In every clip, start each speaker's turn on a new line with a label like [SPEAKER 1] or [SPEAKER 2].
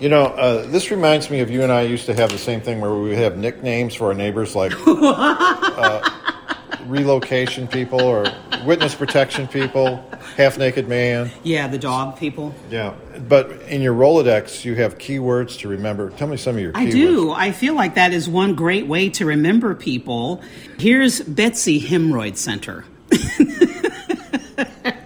[SPEAKER 1] You know, uh, this reminds me of you and I used to have the same thing where we would have nicknames for our neighbors, like uh, relocation people or witness protection people, half naked man.
[SPEAKER 2] Yeah, the dog people.
[SPEAKER 1] Yeah, but in your Rolodex, you have keywords to remember. Tell me some of your.
[SPEAKER 2] I
[SPEAKER 1] keywords.
[SPEAKER 2] do. I feel like that is one great way to remember people. Here's Betsy Hemorrhoid Center.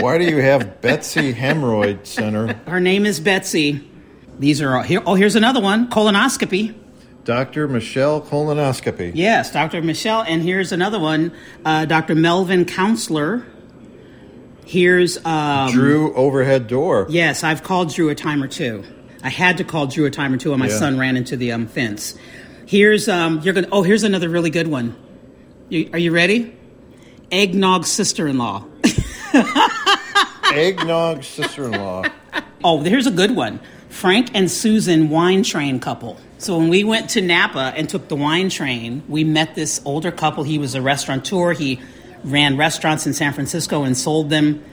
[SPEAKER 1] Why do you have Betsy Hemorrhoid Center?
[SPEAKER 2] Her name is Betsy. These are all here. Oh, here's another one colonoscopy.
[SPEAKER 1] Dr. Michelle Colonoscopy.
[SPEAKER 2] Yes, Dr. Michelle. And here's another one uh, Dr. Melvin Counselor. Here's, um,
[SPEAKER 1] Drew Overhead Door.
[SPEAKER 2] yes, I've called Drew a time or two. I had to call Drew a time or two, and my
[SPEAKER 1] Yeah.
[SPEAKER 2] son ran into the um, fence. Here's, um, you're going to, oh, here's another really good one. You, are you ready? Eggnog sister in law.
[SPEAKER 1] Eggnog sister in law.
[SPEAKER 2] Oh, here's a good one. Frank and Susan wine train couple. So when we went to Napa and took the wine train, we met this older couple. He was a restaurateur. He ran restaurants in San Francisco and sold them.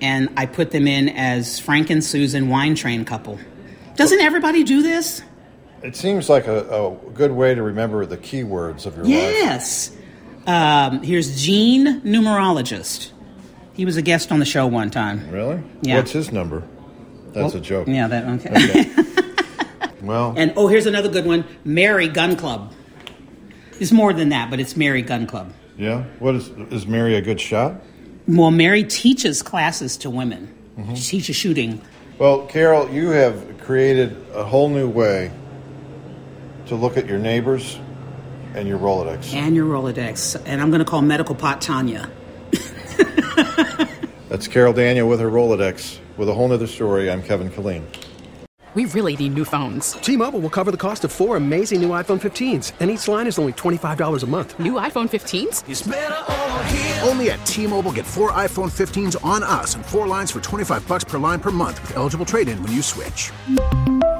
[SPEAKER 2] And I put them in as Frank and Susan wine train couple. Doesn't everybody do this?
[SPEAKER 1] It seems like a, a good way to remember the keywords of your life.
[SPEAKER 2] Yes. Um, here's Gene, numerologist. He was a guest on the show one time.
[SPEAKER 1] Really?
[SPEAKER 2] Yeah.
[SPEAKER 1] What's his number? That's a joke.
[SPEAKER 2] Yeah, that Oh. okay.
[SPEAKER 1] Well,
[SPEAKER 2] And oh, here's another good one Mary Gun Club. It's more than that, but it's Mary Gun Club.
[SPEAKER 1] yeah. What is is Mary a good shot?
[SPEAKER 2] Well, Mary teaches classes to women, she teaches shooting.
[SPEAKER 1] Well, Carol, you have created a whole new way to look at your neighbors and your Rolodex.
[SPEAKER 2] And your Rolodex. And I'm going to call Medical Pot Tanya.
[SPEAKER 1] That's Carol Daniel with her Rolodex with a whole nother story. I'm Kevin Killeen.
[SPEAKER 3] We really need new phones.
[SPEAKER 4] T-Mobile will cover the cost of four amazing new iPhone 15s, and each line is only $25 a month.
[SPEAKER 3] New iPhone 15s?
[SPEAKER 5] Only at T-Mobile, get four iPhone 15s on us and four lines for 25 bucks per line per month with eligible trade-in when you switch.